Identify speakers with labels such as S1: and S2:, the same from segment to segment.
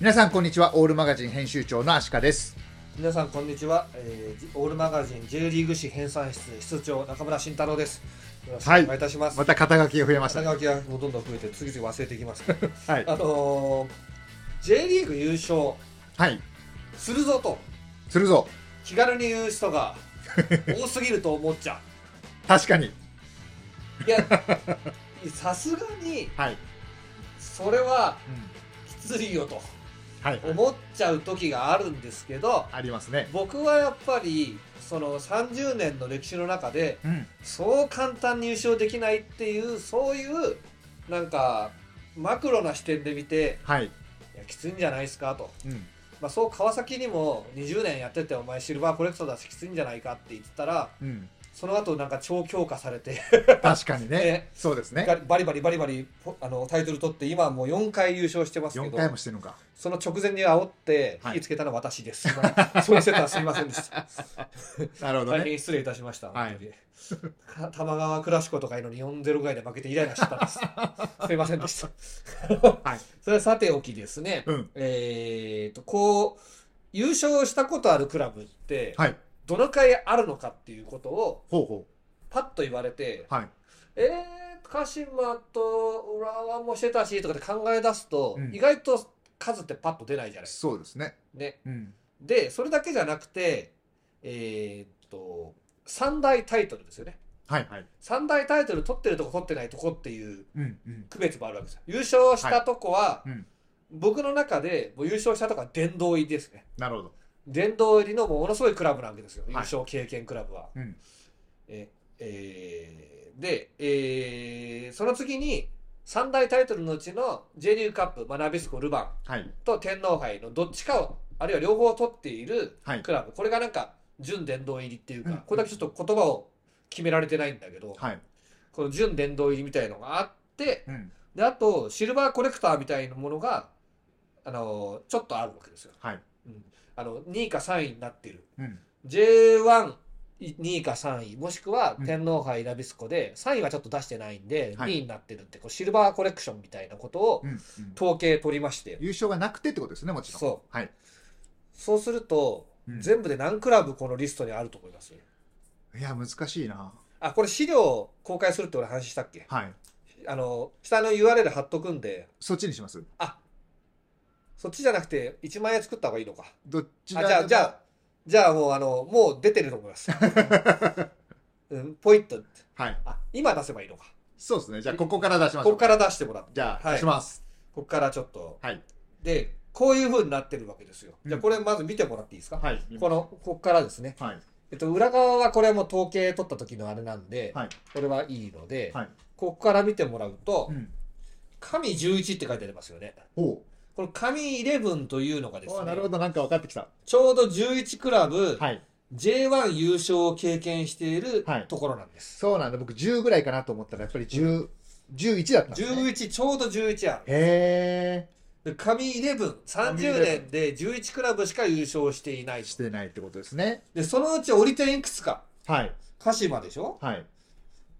S1: 皆さんこんにちはオールマガジン編集長のアシカです
S2: 皆さんこんにちは、えー、オールマガジン J リーグ誌編纂室室長中村慎太郎ですよろしくお願いいたします、
S1: また肩書きが増えました
S2: 肩
S1: ね
S2: 書きがもうどんどん増えて次々忘れていきます、
S1: はい
S2: あのー、J リーグ優勝
S1: はい
S2: するぞと
S1: するぞ
S2: 気軽に言う人 が多すぎると思っちゃ
S1: 確かに
S2: うい やさすがに
S1: はい、
S2: それは
S1: うん
S2: きついよと
S1: はい
S2: 思っちゃう時があるんですけど
S1: ありますね
S2: 僕はやっぱりその30年の歴史の中で
S1: うん
S2: そう簡単に優勝できないっていうそういうなんかマクロな視点で見て
S1: はい
S2: いやきついんじゃないですかと、
S1: うん
S2: まあ、そう川崎にも20年やっててお前シルバーコレクトだしきついんじゃないかって言ってたら
S1: うん
S2: その後なんか超強化されて
S1: 確かにね
S2: ね
S1: そうですね
S2: ガリバリバリバリバリポあのタイトル取って今はもう4回優勝してますけ
S1: 4
S2: ど
S1: 回もしてるのか
S2: その直前に煽って
S1: はい
S2: 火つけたのは私です、 まあそうしてたらすみませんでした
S1: なるほど
S2: 大
S1: ね
S2: 変失礼いたしました、
S1: はい
S2: 本当に か玉川クラシコとかいうのに4-0ぐらいで負けてイライラしてたん ですすいませんでした
S1: はい
S2: それはさておきですね、
S1: うん
S2: えーとこう優勝したことあるクラブって
S1: はい
S2: どのくらいあるのかっていうことを
S1: ほうほ
S2: パッと言われて
S1: うはい
S2: えー、鹿島と浦和もしてたしとかで考え出すと、
S1: うん
S2: 意外と数ってパッと出ないじゃないです
S1: そうですね
S2: か。ね、
S1: うん
S2: でそれだけじゃなくてえーっと三大タイトルですよね。
S1: はいはい
S2: 三大タイトル取ってるとこ取ってないとこっていう
S1: うんうん
S2: 区別もあるわけですよ。優勝したとこは、
S1: いうん
S2: 僕の中でもう優勝したとこは殿堂入りですね。
S1: なるほど
S2: 殿堂入りのものすごいクラブなわけですよ、
S1: い
S2: 優勝経験クラブは。
S1: うん
S2: ええーで、えーその次に三大タイトルのうちの J リーグカップ、まあ、ナビスコ、ルヴァン
S1: はい
S2: と天皇杯のどっちかを、あるいは両方を取っている
S1: はい
S2: クラブ、これがなんか準殿堂入りっていうか、
S1: うん
S2: これだけちょっと言葉を決められてないんだけど、
S1: はい
S2: この準殿堂入りみたいのがあって、
S1: うん
S2: であとシルバーコレクターみたいなものが、あのちょっとあるわけですよ。
S1: はい
S2: うん、あの2位か3位になっている。
S1: うん
S2: J12 位か3位もしくは
S1: うん
S2: 天皇杯ラビスコで3位はちょっと出してないんで
S1: はい
S2: 2位になってるってこうシルバーコレクションみたいなことを
S1: うんうん
S2: 統計取りまして
S1: 優勝がなくてってことですねもちろん
S2: そう
S1: はい
S2: そうすると
S1: うん
S2: 全部で何クラブこのリストにあると思います
S1: いや難しいな
S2: あこれ資料公開するって俺話したっけ
S1: はい
S2: あの下の URL 貼っとくんで
S1: そっちにします
S2: あそっちじゃなくて1万円作った方がいいのか
S1: どっち
S2: あじゃあじゃあじゃあもうあのもう出てると思います、 うん、ポイント
S1: あはい
S2: あ今出せばいいのか
S1: そうですねじゃあここから出しましょ
S2: こ
S1: う
S2: こから出してもらって
S1: じゃあ、
S2: はい
S1: 出します
S2: ここからちょっと
S1: はい
S2: でこういう風になってるわけですよ
S1: うん
S2: じゃあこれまず見てもらっていいですか、
S1: はい
S2: このここからですね、
S1: はい
S2: えっと、裏側はこれはもう統計取った時のあれなんで、
S1: はい
S2: これはいいので、
S1: はい
S2: ここから見てもらうと
S1: うん
S2: 「神11」って書いてありますよね
S1: おう
S2: この神11というのがです
S1: お
S2: ね
S1: うなるほどなんか分かってきた
S2: ちょうど11クラブ、
S1: はい
S2: J1 優勝を経験している
S1: はい
S2: ところなんです、
S1: そうなんだ僕10ぐらいかなと思ったらやっぱり10、11だったんです、ね、
S2: 11ちょうど11ある
S1: へ
S2: で神1130年で11クラブしか優勝していない
S1: えしてないってことですね
S2: でそのうち折り点いくつか
S1: はい
S2: 鹿島でしょ
S1: はい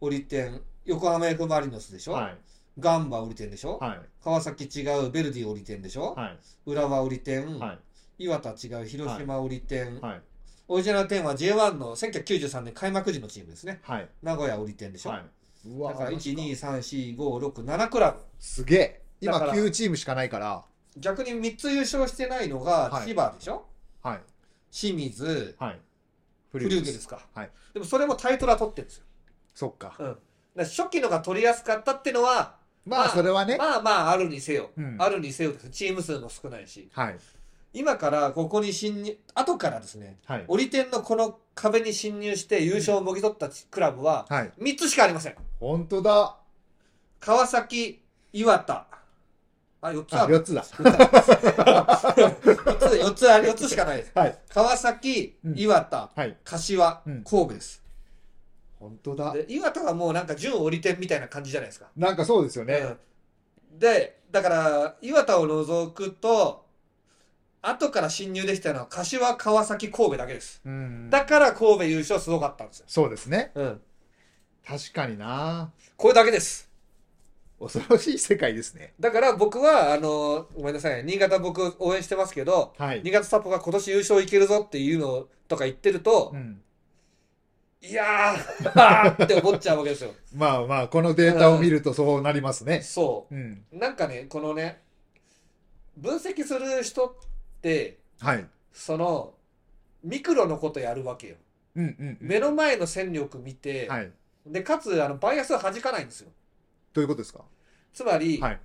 S2: 折り点横浜 F ・マリノスでしょ、
S1: はい
S2: ガンバ折り点でしょ、
S1: はい
S2: 川崎違うベルディ折り点でしょ、
S1: はい
S2: 浦和折り点、
S1: はい
S2: 岩田違う広島折り点、
S1: はい
S2: オリジナル点は J1 の1993年開幕時のチームですね
S1: はい
S2: 名古屋折り点でしょ、
S1: はいう
S2: だから
S1: なん
S2: 1234567クラブ
S1: すげえ今
S2: だから
S1: 9チームしかないから
S2: 逆に3つ優勝してないのが
S1: はい
S2: 千葉でしょ、
S1: はい
S2: 清水
S1: はいフ
S2: フリューゲですか、
S1: はい
S2: でもそれもタイトルは取ってるんですよ、
S1: そっか
S2: うん、だから初期のが取りやすかったってのは
S1: ま
S2: ま
S1: あ
S2: あ
S1: それはね
S2: まあまああるにせよ、
S1: うん
S2: あるにせよですチーム数も少ないし
S1: はい
S2: 今からここに侵入後からですね
S1: はい
S2: 折り点のこの壁に侵入して優勝をもぎ取ったクラブは
S1: はい
S2: 3つしかありません
S1: 本当だ
S2: 川崎岩田あ4つ
S1: あ
S2: ある
S1: 4つだ
S2: 4つ四つある4つしかないです
S1: はい
S2: 川崎
S1: うん
S2: 岩田
S1: はい
S2: 柏
S1: うん
S2: 神戸です
S1: 本当だ
S2: で岩田はもうなんか準折り点みたいな感じじゃないですか
S1: なんかそうですよね、
S2: うんでだから岩田を除くと後から侵入できたのは柏川崎神戸だけです
S1: うん
S2: だから神戸優勝すごかったんですよ、
S1: そうですね
S2: うん、
S1: 確かにな
S2: これだけです
S1: 恐ろしい世界ですね。
S2: だから僕は、あの、ごめんなさい、新潟僕応援してますけど、
S1: はい。
S2: 新潟サポが今年優勝いけるぞっていうのとか言ってると
S1: う、ん、
S2: いやー って思っちゃうわけですよ。
S1: まあまあ、このデータを見るとそうなりますね。
S2: そ
S1: うん。
S2: う。なんかね、このね、分析する人って、
S1: はい。
S2: その、ミクロのことやるわけよ。
S1: うんうんうん。
S2: 目の前の戦力見て、
S1: はい。
S2: で、かつ、あの、バイアスは弾かないんですよ。
S1: どういうことですか
S2: つまり、
S1: はい。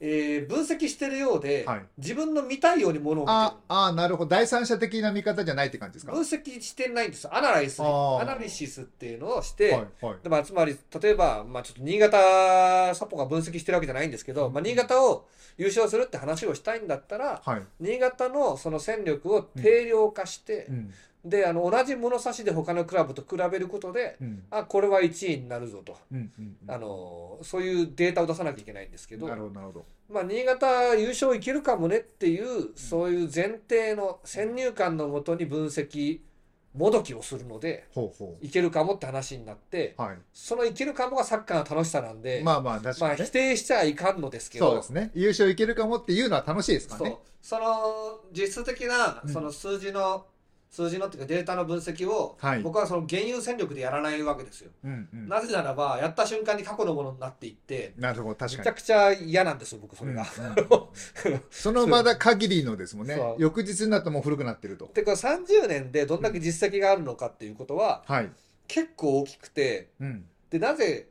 S2: えー分析してるようで、
S1: はい
S2: 自分の見たいようにものを見て
S1: ああ、なるほど。第三者的な見方じゃないって感じです
S2: る。
S1: か
S2: 分析してないんです。アナライス、
S1: あー
S2: アナリシスっていうのをして、
S1: はいはい。
S2: でまあ、つまり、例えば、まあ、ちょっと新潟サポが分析してるわけじゃないんですけど、まあ、新潟を優勝するって話をしたいんだったら、
S1: はい。
S2: 新潟のその戦力を定量化して
S1: う、ん。
S2: で、あの、同じ物差しで他のクラブと比べることで、
S1: うん。
S2: あ、これは1位になるぞと。
S1: うんうんうん。
S2: あのそういうデータを出さなきゃいけないんですけど、
S1: なるほど、なるほど。
S2: まあ、新潟優勝いけるかもねっていう、そういう前提の先入観のもとに分析、もどきをするので、
S1: ほうほ
S2: いけるかもって話になって、
S1: う。はい。
S2: そのいけるかもがサッカーの楽しさなんで、
S1: まあまあ、確か
S2: まあ
S1: にね
S2: 否。定しちゃいかんのですけど、
S1: そうですね。優勝いけるかもっていうのは楽しいですから
S2: そう
S1: ね。
S2: その実質的な
S1: うん
S2: その数字の、数字のっていうかデータの分析を、
S1: はい
S2: 僕はその現有戦力でやらないわけですよ。
S1: うんうん。
S2: なぜならば、やった瞬間に過去のものになっていって、
S1: なるほど、確か
S2: めち
S1: に
S2: ゃ。くちゃ嫌なんですよ、僕、それが。
S1: うんうん その場だ限りのですもんね
S2: そう。
S1: 翌日になってもう古くなってると。
S2: でこれ30年でどんだけ実績があるのかっていうことは
S1: はい。
S2: 結構大きくて
S1: うん。
S2: でなぜ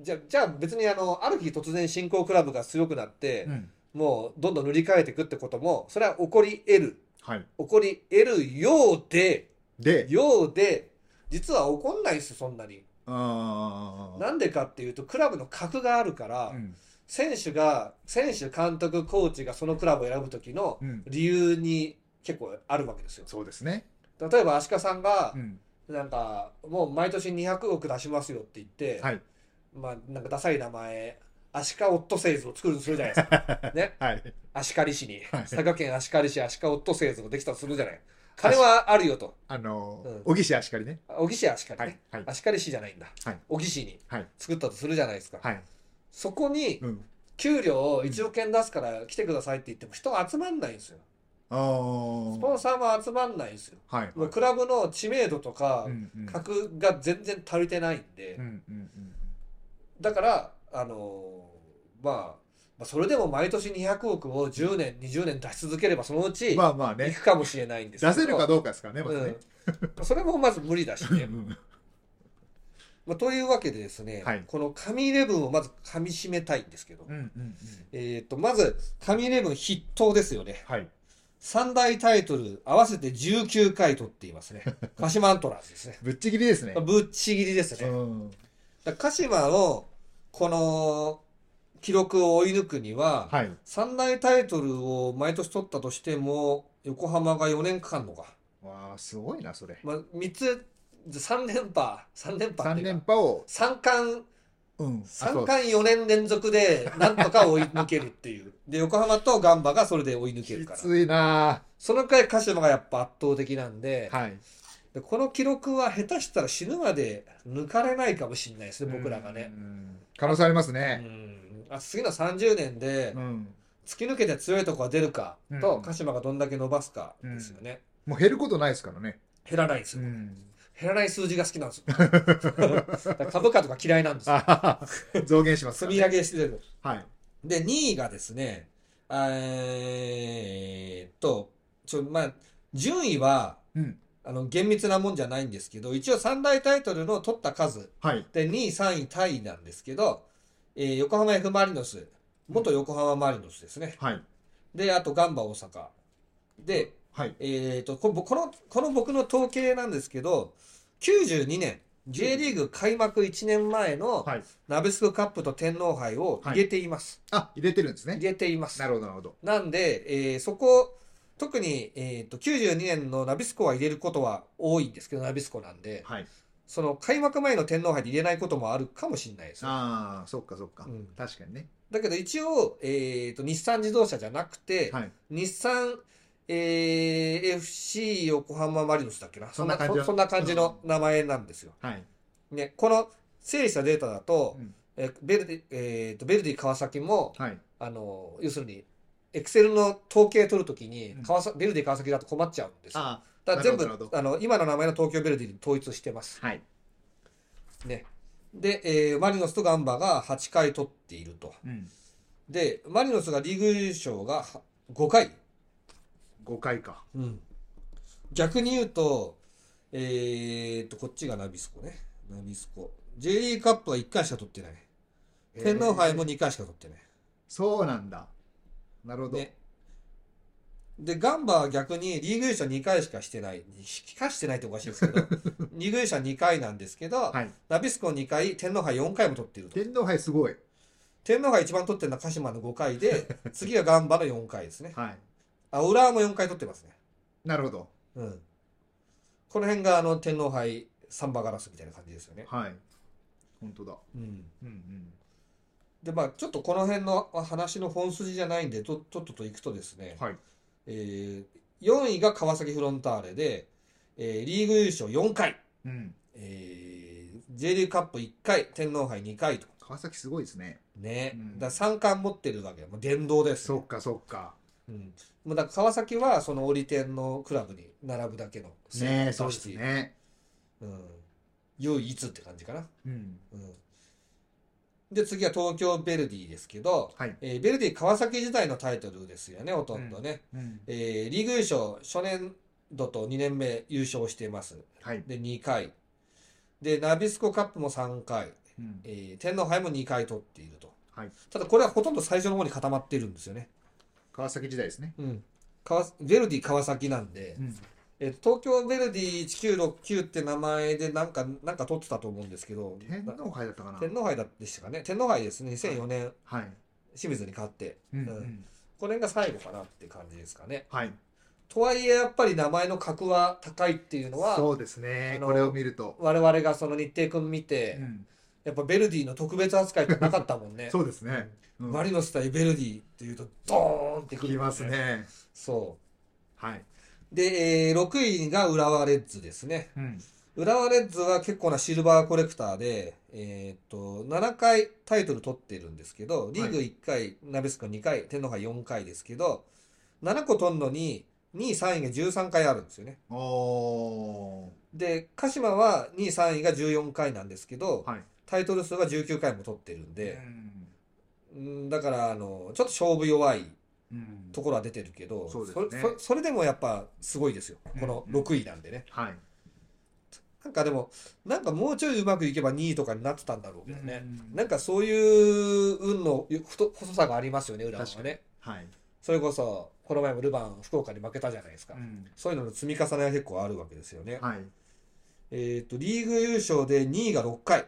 S2: じゃじゃあ別にあのある日突然新興クラブが強くなって、
S1: うん。
S2: もうどんどん塗り替えていくってこともそれは起こり得る
S1: はい。
S2: 起こり得るようで
S1: で、
S2: ようで実は起こんないですそんなに。
S1: あー
S2: なんでかっていうとクラブの格があるから、
S1: うん
S2: 選手が選手監督コーチがそのクラブを選ぶ時の
S1: うん。
S2: 理由に結構あるわけですよ。
S1: そうですね。
S2: 例えば足利さんが、
S1: うん。
S2: なんかもう毎年200億出しますよって言って、
S1: はい。
S2: まあなんかダサい名前アシカオットセイズを作るとするじゃないですか ね
S1: はい。
S2: 足利市に、
S1: はい
S2: 佐賀県足利市アシカオットセイズができたとするじゃない金はあるよと
S1: あの
S2: うん
S1: ー、小木氏足利ね。
S2: 小木市足利ね、
S1: はい。はい。
S2: 足利市じゃないんだ、
S1: はい
S2: 小木市に
S1: はい
S2: 作ったとするじゃないですか、
S1: はい。
S2: そこに
S1: うん。
S2: 給料を1億円出すから来てくださいって言っても人集まんないんですよ
S1: あー
S2: スポンサーも集まんないんですよ
S1: はい。
S2: もうクラブの知名度とか
S1: うんうん
S2: 格が全然足りてないんで、
S1: うんうんうん
S2: だから、あのーまあ、まあそれでも毎年200億を10年、20年出し続ければ、そのうち
S1: まあまあ
S2: 行
S1: ね。
S2: くかもしれないんですけ
S1: 出せるか
S2: ど
S1: どうかですからね、まずね。
S2: うん、それもまず無理だし
S1: う
S2: ね。
S1: ん
S2: まあ、というわけでですね、
S1: はい
S2: この神イレブンをまず噛み締めたいんですけど、
S1: うんうん。
S2: えっと、まず、神イレブン筆頭ですよね。
S1: はい。
S2: 三大タイトル合わせて19回取っていま すね。鹿島アントラーズですね。
S1: ぶっちぎりですね
S2: まあ。ぶっちぎりです
S1: う
S2: ね。
S1: ん。
S2: だから鹿島の、この、記録を追い抜くには、
S1: はい。
S2: 三大タイトルを毎年取ったとしても、横浜が4年かかんのか。
S1: わあ、すごいな、それ。
S2: まあ、三つ、3連覇、3連覇って
S1: 三
S2: いう
S1: 連
S2: か、
S1: 覇を、
S2: 三冠、
S1: うん、あ
S2: 三
S1: と
S2: 冠4年連続で、なんとか追い抜けるっていう。で、横浜とガンバがそれで追い抜ける
S1: き
S2: から。
S1: ついな
S2: そのくらい鹿島がやっぱ圧倒的なんで、
S1: はい
S2: でこの記録は下手したら死ぬまで抜かれないかもしれないですね、僕らがね。
S1: うん可能性あります
S2: う
S1: ね
S2: ん。あ次の30年で
S1: う、ん
S2: 突き抜けて強いとこが出るか
S1: う
S2: と、
S1: ん
S2: 鹿島がどんだけ伸ばすかですよね。
S1: もう減ることないですからね
S2: 減らないんです
S1: う
S2: よ。
S1: ん
S2: 減らない数字が好きな んですよ。だから株価とか嫌いなんですよ。
S1: あ増減します
S2: 積
S1: から
S2: み
S1: ね
S2: 上げしてる。
S1: はい
S2: で、2位がですね、えーっと、ちょ、まあ、順位は、
S1: うん
S2: あの、厳密なもんじゃないんですけど、一応三大タイトルの取った数、
S1: はい
S2: で、2位、3位、タイなんですけど、えー横浜 F ・マリノス、元横浜マリノスですね。
S1: はい
S2: で、あとガンバ大阪。で、
S1: はい
S2: えー、とここのこの僕の統計なんですけど92年 J リーグ開幕1年前の
S1: はい
S2: ナベスクカップと天皇杯を入れています、
S1: あ入れてるんですね
S2: 入れています
S1: なるほどなるほど
S2: なんで、えーそこ特に、えー、と92年のナビスコは入れることは多いんですけどナビスコなんで
S1: はい
S2: その開幕前の天皇杯で入れないこともあるかもしれないです
S1: ああそっかそっか
S2: うん
S1: 確かにね
S2: だけど一応、えー、と日産自動車じゃなくて、
S1: はい
S2: 日産、えー FC 横浜マリノスだっけな
S1: そんな感じの
S2: そそんな感じの名前なんですよ。
S1: はい
S2: ね、この整理したデータだと、
S1: うん
S2: えーベルディ、えーと、ベルディ川崎も、
S1: はい。
S2: あの、要するに、エクセルの統計取るときに
S1: うん、
S2: 川崎、ベルディ川崎だと困っちゃうんですよ。
S1: あ
S2: だから全部
S1: なるほどなるほ、
S2: あの、今の名前の東京ベルディに統一してます。
S1: あ、はい。
S2: ね。で、えーマリノスとガンバが8回取っていると。
S1: うん。
S2: で、マリノスがリーグ優勝が5回。
S1: 5回か。
S2: うん。逆に言うと、えーっと、こっちがナビスコね。ナビスコ。J リーグカップは1回しか取ってない。天皇杯も
S1: えー
S2: 2回しか取ってない。
S1: そうなんだ。なるほど。
S2: ね。で、ガンバは逆にリーグ優勝2回しかしてない。しかしてないっておかしいです けど、リーグ優勝2回なんですけど、
S1: はい。
S2: ナビスコ2回、天皇杯4回も取っていると。
S1: 天皇杯すごい。
S2: 天皇杯一番取ってるのは鹿島の5回で、次がガンバの4回ですね。
S1: はい。
S2: あ、浦和も4回取ってますね。
S1: なるほど。
S2: うん。この辺があの天皇杯サンバガラスみたいな感じですよね。
S1: はい。本当だ。
S2: うん。
S1: うんうん。
S2: で、まあちょっとこの辺の話の本筋じゃないんで、と、とっとと行くとですね、
S1: はい。
S2: えー、4位が川崎フロンターレで、えーリーグ優勝4回、
S1: うん。
S2: えー、J リーグカップ1回、天皇杯2回と。
S1: 川崎すごいですね。
S2: ね。
S1: うん
S2: だ3冠持ってるわけ。もう殿堂です、
S1: そっかそっか。
S2: うん。もうだから川崎はその折り点のクラブに並ぶだけの
S1: ねえ、そうです。ね。
S2: うん。唯一って感じかな。
S1: うん。
S2: うんで、次は東京ヴェルディですけど、
S1: はい。
S2: えー、ヴェルディ川崎時代のタイトルですよね、ほとんどね。
S1: うん。
S2: えーリーグ優勝、初年度と2年目優勝しています。
S1: はい。
S2: で、2回。で、ナビスコカップも3回、
S1: うん。
S2: えー天皇杯も2回取っていると。
S1: はい。
S2: ただ、これはほとんど最初の方に固まっているんですよね。
S1: 川崎時代ですね。
S2: うん。川ヴェルディ川崎なんで、
S1: うん。
S2: えー東京ヴェルディ1969って名前でなんか、なんか取ってたと思うんですけど、
S1: 天皇杯だったかな。
S2: 天皇杯だでしたかね。天皇杯ですね、2004年。
S1: はい。
S2: 清水に勝って、
S1: うん。
S2: う
S1: うんん。
S2: これが最後かなって感じですかね。
S1: はい。
S2: とはいえ、やっぱり名前の格は高いっていうのは、
S1: そうですね
S2: あ。の
S1: これを見ると。
S2: 我々がその日程君見
S1: う
S2: て、
S1: ん。
S2: やっぱベルディの特別扱いってなかったもんね。
S1: そうですね。うん
S2: マリノス対ベルディっていうと、ドーンってくる、
S1: きます。ね。
S2: そ
S1: はい。
S2: う。で、えー6位が浦和レッズですね。
S1: うん。
S2: 浦和レッズは結構なシルバーコレクターで、えーっと、7回タイトル取ってるんですけど、リーグ1回、ナベスコ2回、天皇杯4回ですけど、7個取るのに、2位、3位が13回あるんですよね。
S1: おー。
S2: で、鹿島は2位、3位が14回なんですけど、
S1: はい。
S2: タイトル数が19回も取ってるん
S1: う
S2: で、
S1: ん
S2: うん、だから、あの、ちょっと勝負弱い
S1: うん
S2: ところは出てるけど、
S1: そうですね
S2: そそそれでもやっぱすごいですよ。この
S1: うん
S2: 6位なんでね。
S1: はい。
S2: なんかでも、なんかもうちょいうまくいけば2位とかになってたんだろうけどね。
S1: うん
S2: なんかそういう運の太細さがありますよね、浦和は
S1: 確かに
S2: ね。
S1: はい。
S2: それこそ、この前もルヴァン、福岡に負けたじゃないですか。
S1: うん
S2: そういうのの積み重ねが結構あるわけですよね。
S1: はい。
S2: えっと、リーグ優勝で2位が6回。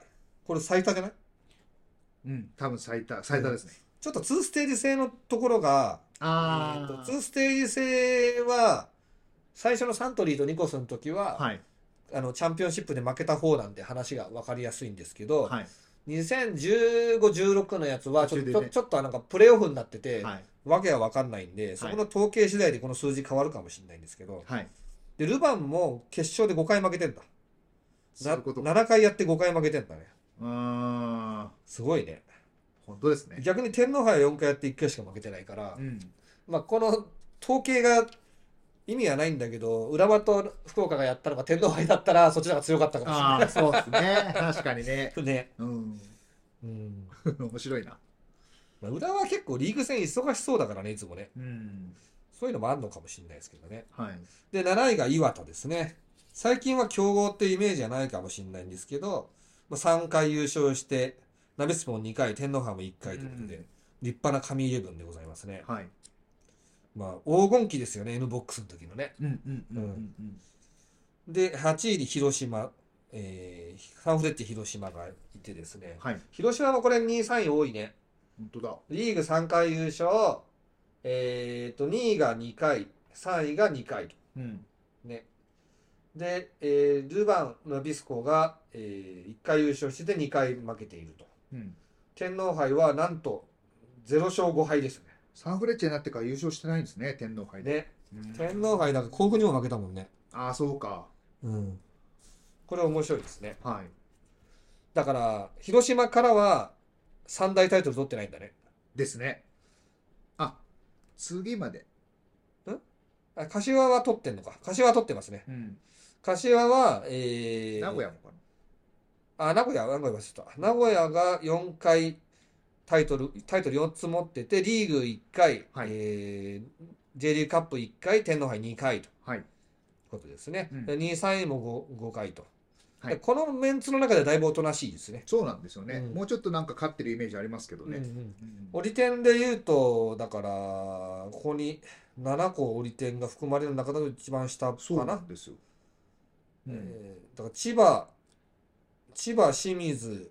S2: これ最多じゃない
S1: うん。多分最多、最多ですね。
S2: ちょっと2ステージ制のところが、
S1: あ
S2: え
S1: ー
S2: ーと2ステージ制は、最初のサントリーとニコスの時は、
S1: はい。
S2: あの、チャンピオンシップで負けた方なんで話が分かりやすいんですけど、
S1: はい。
S2: 2015、16のやつはちょっと、
S1: 途中
S2: ち
S1: で
S2: ょ
S1: ね
S2: ちょっとなんかプレーオフになってて、
S1: はい。
S2: わけは分かんないんで、そこの統計次第でこの数字変わるかもしれないんですけど、
S1: はい。
S2: で、ルヴァンも決勝で5回負けてんだ。
S1: そうい
S2: な
S1: うことか。
S2: 7回やって5回負けてんだね。
S1: うーん。
S2: すごいね。
S1: 本当ですね。
S2: 逆に天皇杯は4回やって1回しか負けてないから
S1: う、ん。
S2: まあ、この統計が意味はないんだけど、浦和と福岡がやったのが天皇杯だったら、そっちの方が強かったかもしれ
S1: ああ、そうですね。確かにね。
S2: ない。ね。
S1: うん。
S2: うん。
S1: 面白いな。
S2: まあ、浦和は結構リーグ戦忙しそうだからね、いつもね。
S1: うん。
S2: そういうのもあるのかもしれないですけどね。
S1: はい。
S2: で、7位が岩田ですね。最近は強豪ってイメージはないかもしれないんですけど、まあ、3回優勝して、ナベスポン2回、天皇杯も1回ということで、
S1: うん
S2: 立派な神イレブンでございますね。
S1: はい。
S2: まあ、黄金期ですよね、N ボックスの時のね。
S1: うんうんうんうんうん。
S2: で、8位に広島、えー、サンフレッチェ広島がいてですね。
S1: はい。
S2: 広島もこれ2位、3位多いね。
S1: 本当だ。
S2: リーグ3回優勝、えー、と、2位が2回、3位が2回と。
S1: うん。
S2: ね。で、えールヴァン、ナビスコが、え1回優勝して2回負けていると。
S1: うん。
S2: 天皇杯はなんと0勝5敗です
S1: サンフレッチェになってから優勝してないんですね、天皇杯
S2: ね。
S1: で。
S2: ね。
S1: うん
S2: 天皇杯なんか甲府にも負けたもんね。
S1: ああ、そうか。
S2: うん。これ面白いですね。
S1: はい。
S2: だから、広島からは、三大タイトル取ってないんだね。
S1: ですね。あ、次まで。
S2: あ柏は取ってんのか。柏は取ってますね。
S1: うん。
S2: 柏は、えー、
S1: 名古屋もかな。
S2: あ、名古屋、名古屋はちょっと。名古屋が4回タイトル、タイトル4つ持ってて、リーグ1回、
S1: はい
S2: えー J リーグカップ1回、天皇杯2回という
S1: はい。
S2: ことですね。
S1: うん
S2: で2位、3位も 5, 5回と、
S1: はい
S2: このメンツの中でだいぶおとなしいですね。
S1: そうなんですよね、
S2: うん
S1: もうちょっとなんか勝ってるイメージありますけど
S2: うん
S1: ね。
S2: うん
S1: うん
S2: 折り点で言うと、だから、ここに7個折り点が含まれる中だと一番下か
S1: そうな
S2: な。
S1: んですよ。うん
S2: えーだから千葉、千葉、清水、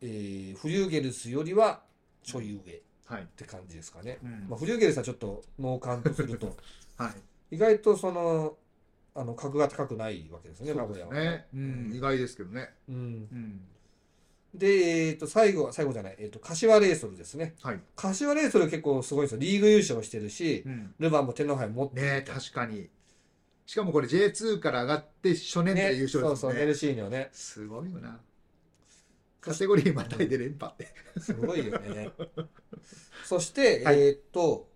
S2: えーフリューゲルスよりはちょい上っ
S1: はい。
S2: て感じですかね。
S1: うん
S2: まあ、フリューゲルスはちょっと脳幹とする と、
S1: はい。
S2: 意外とその、あの、格が高くないわけですね、名
S1: そう
S2: 古
S1: で
S2: 屋
S1: す
S2: は。
S1: ね。う
S2: うん
S1: ん。意外ですけどね。
S2: うん。
S1: うん。
S2: で、えっ、と、最後は、最後じゃない、えっ、と、柏レイソルですね。
S1: はい。
S2: 柏レイソル結構すごいんですよ。リーグ優勝してるし
S1: う、ん。
S2: ルヴァンも天皇杯持ってる
S1: ね確かに。しかもこれ J2 から上がって初年度で優勝
S2: そ
S1: で
S2: う
S1: す
S2: そ
S1: も
S2: う、
S1: ん
S2: ネ
S1: ね。
S2: ルシーニョね。
S1: すごいよな。カテゴリーまたいで連覇って。
S2: すごいよ ね。そして、
S1: はい
S2: えーっと、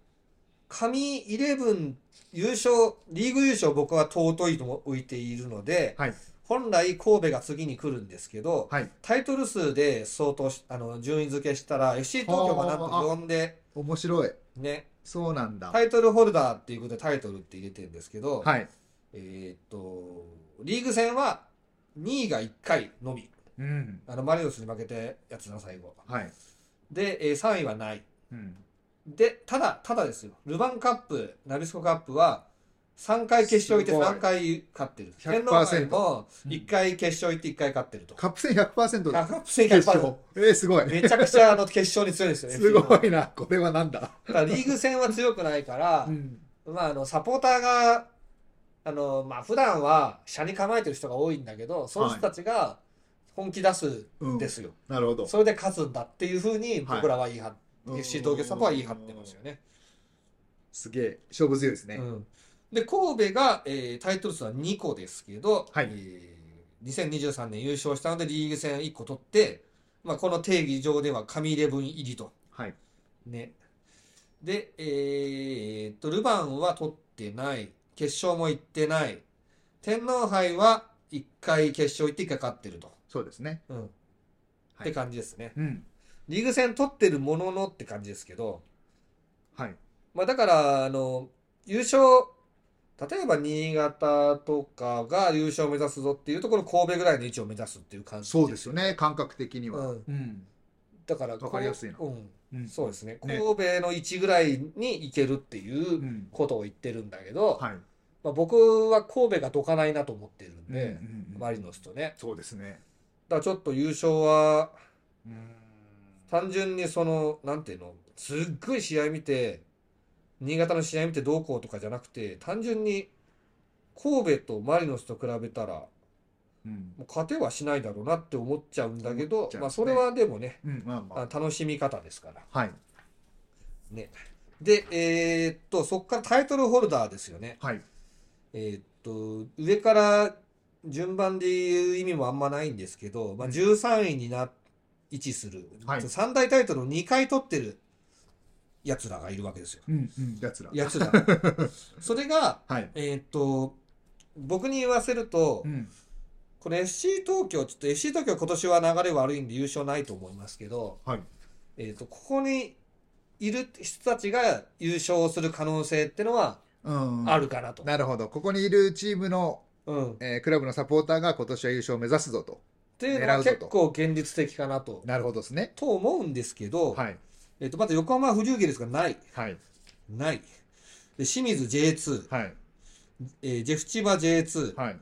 S2: 神イレブン優勝、リーグ優勝僕は尊いとも置いているので、
S1: はい。
S2: 本来神戸が次に来るんですけど、
S1: はい。
S2: タイトル数で相当しあの順位付けしたら FC 東京がなんと
S1: はあ
S2: 呼んで、
S1: 面白い。
S2: ね、
S1: そうなんだ。
S2: タイトルホルダーっていうことでタイトルって入れてるんですけど、
S1: はい。
S2: えーっと、リーグ戦は2位が1回のみ。
S1: うん。
S2: あの、マリノスに負けてやつな、最後。
S1: はい。
S2: で、えー3位はない。
S1: うん。
S2: で、ただ、ただですよ。ルヴァンカップ、ナビスコカップは、3回決勝行って
S1: すごい
S2: 3回勝ってる。
S1: 100%
S2: 天皇杯も、1回決勝行って1回勝ってると。
S1: カップ戦100%
S2: あ
S1: だ。
S2: カップ戦
S1: 決
S2: 100%
S1: 勝。えー、すごい。
S2: めちゃくちゃあの決勝に強いですよね。
S1: すご
S2: FC
S1: いな。これはなんだ。
S2: の。ただリーグ戦は強くないから、
S1: ん。
S2: まあ、あの、サポーターが、あの、まあ、普段は、車に構えてる人が多いんだけど、その人たちが本気出す
S1: うんん
S2: で。すよ。
S1: なるほど。
S2: それで勝つんだっていうふうに、僕らは言い張っ、
S1: うん
S2: FC 東京サポは言い張ってますよね。
S1: すげえ。勝負強いですね。
S2: うん、で神戸が、えータイトル数は2個ですけど、
S1: はい
S2: えー2023年優勝したのでリーグ戦1個取って、まあ、この定義上では神イレブン入りと。
S1: はい。
S2: ね、で、えーえーっとルヴァンは取ってない決勝も行ってない天皇杯は1回決勝行って1回勝ってると、
S1: そうですね。
S2: うん
S1: はい
S2: って感じですね。
S1: うん。
S2: リーグ戦取ってるもののって感じですけど、
S1: はい。
S2: まあだから、あの、優勝、例えば新潟とかが優勝を目指すぞっていうところ、神戸ぐらいの位置を目指すっていう感じ。
S1: そうですよね。感覚的には。
S2: うん。
S1: うん。
S2: だから、こう
S1: わかりやすいな
S2: うん。
S1: うん。
S2: そうですね。
S1: ね。
S2: 神戸の位置ぐらいに行けるっていううんことを言ってるんだけど、
S1: はい。
S2: まあ僕は神戸がどかないなと思ってるん
S1: うん
S2: で、
S1: うんうん
S2: マリノスとね。
S1: そうですね。
S2: だからちょっと優勝は、
S1: うん。
S2: 単純にその、なんていうの、すっごい試合見て、新潟の試合見てどうこうとかじゃなくて、単純に神戸とマリノスと比べたら、も
S1: うん。
S2: う勝てはしないだろうなって思っちゃうんだけ
S1: 思
S2: ど
S1: っち、ゃうね
S2: まあそれはでもね、
S1: うん。まあま
S2: あ楽しみ方ですから。
S1: あ。はい。
S2: ね。で、えーっと、そっからタイトルホルダーですよね。
S1: はい。
S2: えーっと、上から順番で言う意味もあんまないんですけど、まあ
S1: うん
S2: 13位にな、位置する。
S1: はい
S2: 3大タイトルを2回取ってる奴らがいるわけですよ。
S1: うん。うん。やつら。
S2: やつだ。それが、
S1: はい。
S2: えーっと、僕に言わせると、
S1: ん。
S2: これ FC 東京、ちょっと FC 東京今年は流れ悪いんで優勝ないと思いますけど、
S1: はい。
S2: えーっと、ここにいる人たちが優勝する可能性ってのは
S1: うん。
S2: あるかなと。
S1: なるほど。ここにいるチームの、
S2: うん。っ
S1: えークラブのサポーターが今年は優勝を目指すぞと。
S2: ていうの
S1: 狙
S2: は
S1: うぞ
S2: 結
S1: と
S2: 構現実的かなと。
S1: なるほどですね。
S2: と思うんですけど、
S1: はい。
S2: えーっと、まず横浜フリューゲルスがない。
S1: はい。
S2: ない。で清水 J2、
S1: はい。
S2: えージェフチバ J2、
S1: はい。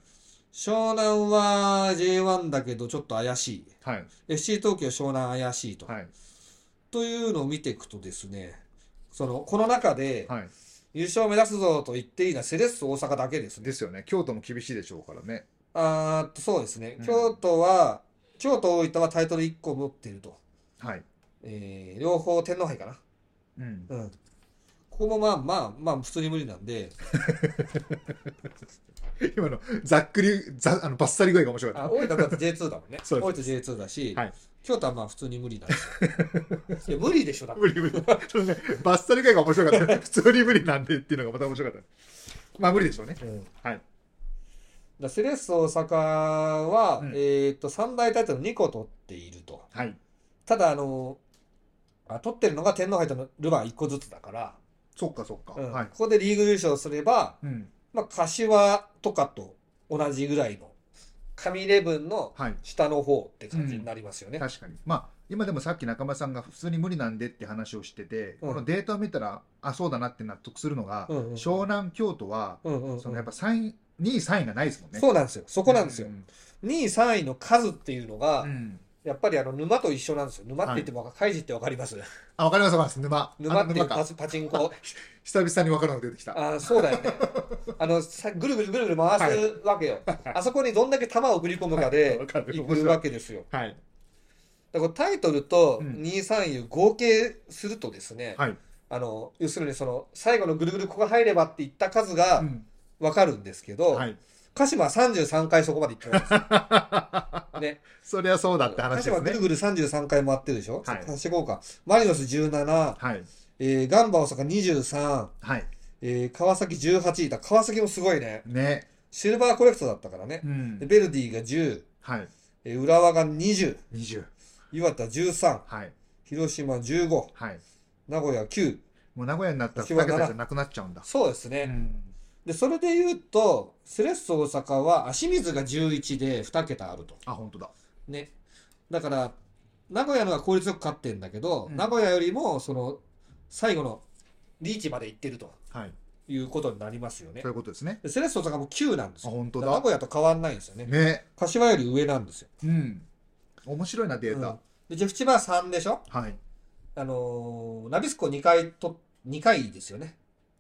S2: 湘南は J1 だけどちょっと怪しい。
S1: はい。
S2: FC 東京湘南怪しいと。
S1: はい。
S2: というのを見ていくとですね、その、この中で、
S1: はい。
S2: 優勝を目指すぞと言っていいのはセレッソ大阪だけですね。
S1: ですよね。京都も厳しいでしょうからね。
S2: あーっと、そうですね
S1: う。ん
S2: 京都は、京都大分はタイトル1個持っていると。
S1: はい。
S2: えー、両方天皇杯かな。
S1: うん。
S2: うん。ここもまあまあまあ普通に無理なんで、
S1: 今のざっくりざあのバッサリ具合が面白かっ
S2: あ、大分だって J2 だもんね。
S1: そ
S2: 大
S1: うで
S2: 分 J2 だし、
S1: はい
S2: 京都はまあ普通に無理なんで すよ。いや、無理でしょ、だ
S1: た
S2: って
S1: 無理無理そのねバッサリ具合が面白か った普通に無理なんでっていうのがまた面白かったまあ無理でしょうね
S2: うん
S1: はい
S2: だセレッソ大阪は、
S1: うん
S2: えーっと、三大タイトル2個取っていると。
S1: はい
S2: ただ、あの、あ取ってるのが天皇杯とのルヴァン1個ずつだから、
S1: そっかそっか、
S2: うん
S1: はい
S2: こ、こでリーグ優勝すれば、
S1: うん、
S2: まあ、柏とかと同じぐらいの、神イレブンの
S1: はい
S2: 下の方って感じになりますよね。
S1: 確かにまあ今でもさっき中村さんが普通に無理なんでって話をしてて、
S2: うん
S1: このデータを見たらあそうだなって納得するのが、
S2: うんうん
S1: 湘南京都は、
S2: うんうんうん
S1: そのやっぱ3位2位3位がないですもんね
S2: そううなんですよ。そこなんですよ
S1: う。
S2: 2位、3位の数っていうのが、
S1: うん
S2: やっぱりあの沼と一緒なんですよ。沼って言っても、カイジってわかります
S1: あわかりますわかります沼
S2: 沼
S1: あ
S2: って
S1: の
S2: いう
S1: 沼
S2: パ
S1: か
S2: チパチンコ。
S1: 久々に分かるのが出てきた
S2: あそうだ よね。あのさぐるぐるぐるぐる回すわけよ。あそこにどんだけ球を送り込むか
S1: はい
S2: で
S1: わかる
S2: い
S1: 面白い
S2: くわけですよ。
S1: はい
S2: だからこれタイトルと
S1: うん
S2: 2、3位合計するとですね、
S1: はい、
S2: あの要するにその最後のぐるぐるここが入ればっていった数が
S1: うん
S2: わかるんですけど、
S1: はい、
S2: 鹿島は33回そこまで行ってますよ。 ね。
S1: そりゃそうだって話です
S2: 鹿島ぐ
S1: ね
S2: るぐる33回回ってるでしょ、
S1: はい
S2: 足してこうか。マリノス17、
S1: はい
S2: えーガンバ大阪23、
S1: はい
S2: えー川崎18だ。川崎もすごいね。
S1: ね
S2: シルバーコレクトだったからね
S1: う。ん
S2: でベルディが10、
S1: はい
S2: えー浦和が20、
S1: 20
S2: 岩田13、
S1: はい
S2: 広島15、
S1: はい
S2: 名古屋9。
S1: もう名古屋になったら2桁じゃなくなっちゃうんだ
S2: そうですね。
S1: うん
S2: で、それで言うと、セレッソ大阪は足水が11で2桁あると。
S1: あ本当だ
S2: ね。だから、名古屋のが効率よく勝ってんだけど、
S1: うん
S2: 名古屋よりも、その、最後のリーチまで行ってると
S1: はい
S2: いうことになりますよね
S1: そうい。うことですね
S2: でセレッソ大阪も9なんです
S1: あ
S2: よ。
S1: 本当
S2: だから名
S1: だ
S2: 古屋と変わんないんですよね。
S1: ね
S2: 柏より上なんですよ。
S1: うん。面白いな、デー
S2: うん
S1: タ。
S2: で、ジェフ千葉は3でしょ
S1: はい。
S2: あのーナビスコ2回と、2回ですよね。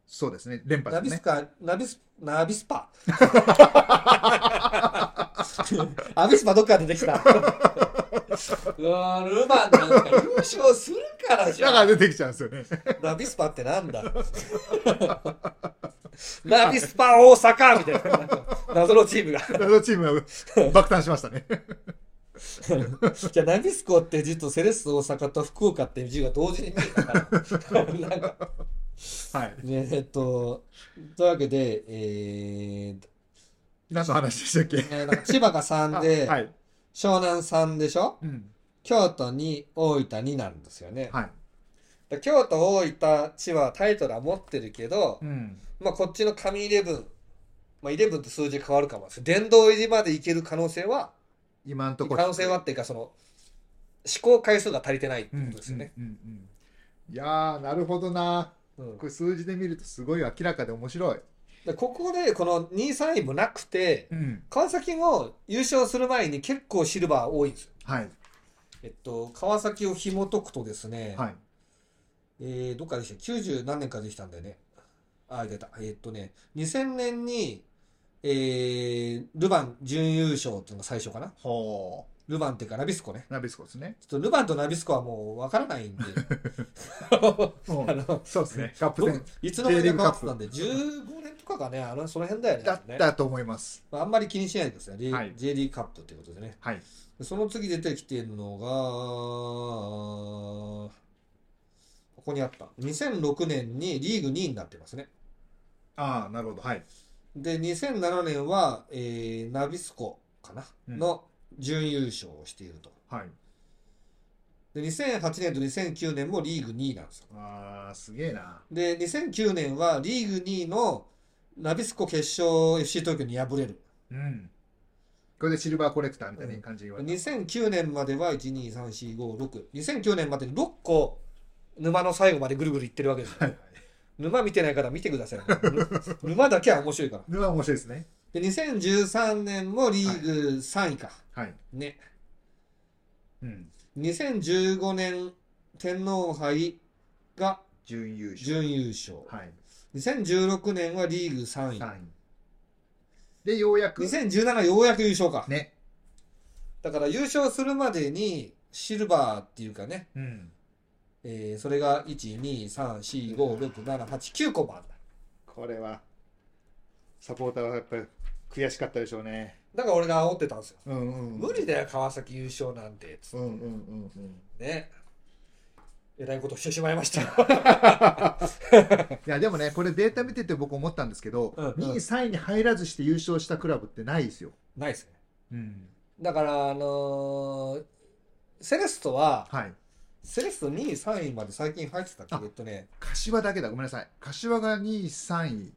S1: そうですね。連
S2: ナ
S1: 覇です
S2: ビス
S1: ね。
S2: カ、ナビス、ナビス パ。ナビスパどっから出てきた。うわールマンなんか優勝するからじ
S1: だ
S2: ゃ
S1: か
S2: ん。
S1: ら出てきちゃうんですよね。
S2: ナビスパってなんだナビスパ大阪みたいな。謎のチームが。
S1: あのチームが爆誕しました ね。
S2: じゃあナビスコって字とセレッソ大阪と福岡っていう字が同時に見えたから。なんか
S1: はい。
S2: ねえっと、というわけで、えー
S1: 何の話でしたっけ
S2: えーなんか千葉が3で、
S1: あはい。
S2: 湘南3でしょ
S1: うん。
S2: 京都2、大分2なんですよね。
S1: はい。
S2: だ京都、大分、千葉はタイトルは持ってるけど
S1: う、ん。
S2: まあこっちの神イレブン、まあイレブンって数字変わるかもしれない。殿堂入りまでいける可能性は、
S1: 今のとこ
S2: 可
S1: ろ。
S2: 能性はっていうかその、試行回数が足りてないって
S1: う
S2: こ
S1: ん。
S2: とですよね。
S1: うん。うんうんいやー、なるほどな。
S2: うん
S1: これ数字で見るとすごい明らかで面白い。
S2: でここでこの2、3位もなくて、
S1: うん。
S2: 川崎も優勝する前に結構シルバー多いんですよ。
S1: はい。
S2: えっと、川崎を紐解くとですね、
S1: はい。
S2: えーどっからでした ?90 何年かできたんだよね。あ、出た。えーっとね、2000年に、えー、ルヴァン準優勝っていうのが最初かな。
S1: ほ
S2: ルヴァンっていうか、ナビスコね。
S1: う。ナビスコですね。
S2: ちょっとルヴァンとナビスコはもうわからない んで、
S1: うん
S2: あの、
S1: そうですね。カップ
S2: 僕
S1: 戦
S2: いつの間
S1: J リーグ
S2: にか変
S1: カ
S2: わ
S1: ッ
S2: って
S1: プ
S2: たんで、15年とかがね、あの、その辺だよね。
S1: だったと思います。
S2: まあ、あんまり気にしないでください。J-
S1: はい
S2: J リーグカップっていうことでね。
S1: はい。
S2: でその次出てきてるのが、ここにあった。2006年にリーグ2位になってますね。
S1: ああ、なるほど。はい。
S2: で、2007年は、えーナビスコかな、
S1: うん
S2: の準優勝をしていると。
S1: はい。
S2: で、2008年と2009年もリーグ2位なんですよ。
S1: ああ、すげえな。
S2: で、2009年はリーグ2位のナビスコ決勝 FC 東京に敗れる。
S1: うん。これでシルバーコレクターみたいな感じで言われた。
S2: 2009年までは1、2、3、4、5、6。2009年までに6個、沼の最後までぐるぐるいってるわけですよ。沼見てないから見てください。沼だけは面白いから。
S1: 沼面白いですね。
S2: で、2013年もリーグ3位か。
S1: はい。
S2: ね。
S1: うん。
S2: 2015年、天皇杯が
S1: 準優勝。
S2: 準優勝。
S1: はい。
S2: 2016年はリーグ3位。
S1: 3位。で、ようやく、
S2: 2017ようやく優勝か。
S1: ね。
S2: だから優勝するまでに、シルバーっていうかね、
S1: うん。
S2: えーそれが1、2、3、4、5、6、7、8、9個もあるんだ。
S1: これは、サポーターはやっぱり悔しかったでしょうね。
S2: だから俺が煽ってたんですよ。
S1: うんうん。
S2: 無理だよ、川崎優勝なんて。つ
S1: う
S2: っ
S1: んうんうんうん。
S2: てね。えらいことしてしまいました。
S1: いやでもね、これデータ見てて僕思ったんですけど、
S2: うんうん
S1: 2位、3位に入らずして優勝したクラブってないですよ。
S2: ないですね。
S1: うん。
S2: だから、あのーセレストは、
S1: はい。
S2: セレスト2位、3位まで最近入ってたっけ
S1: あ
S2: えっとね、
S1: 柏だけだ、ごめんなさい。柏が2位、3位。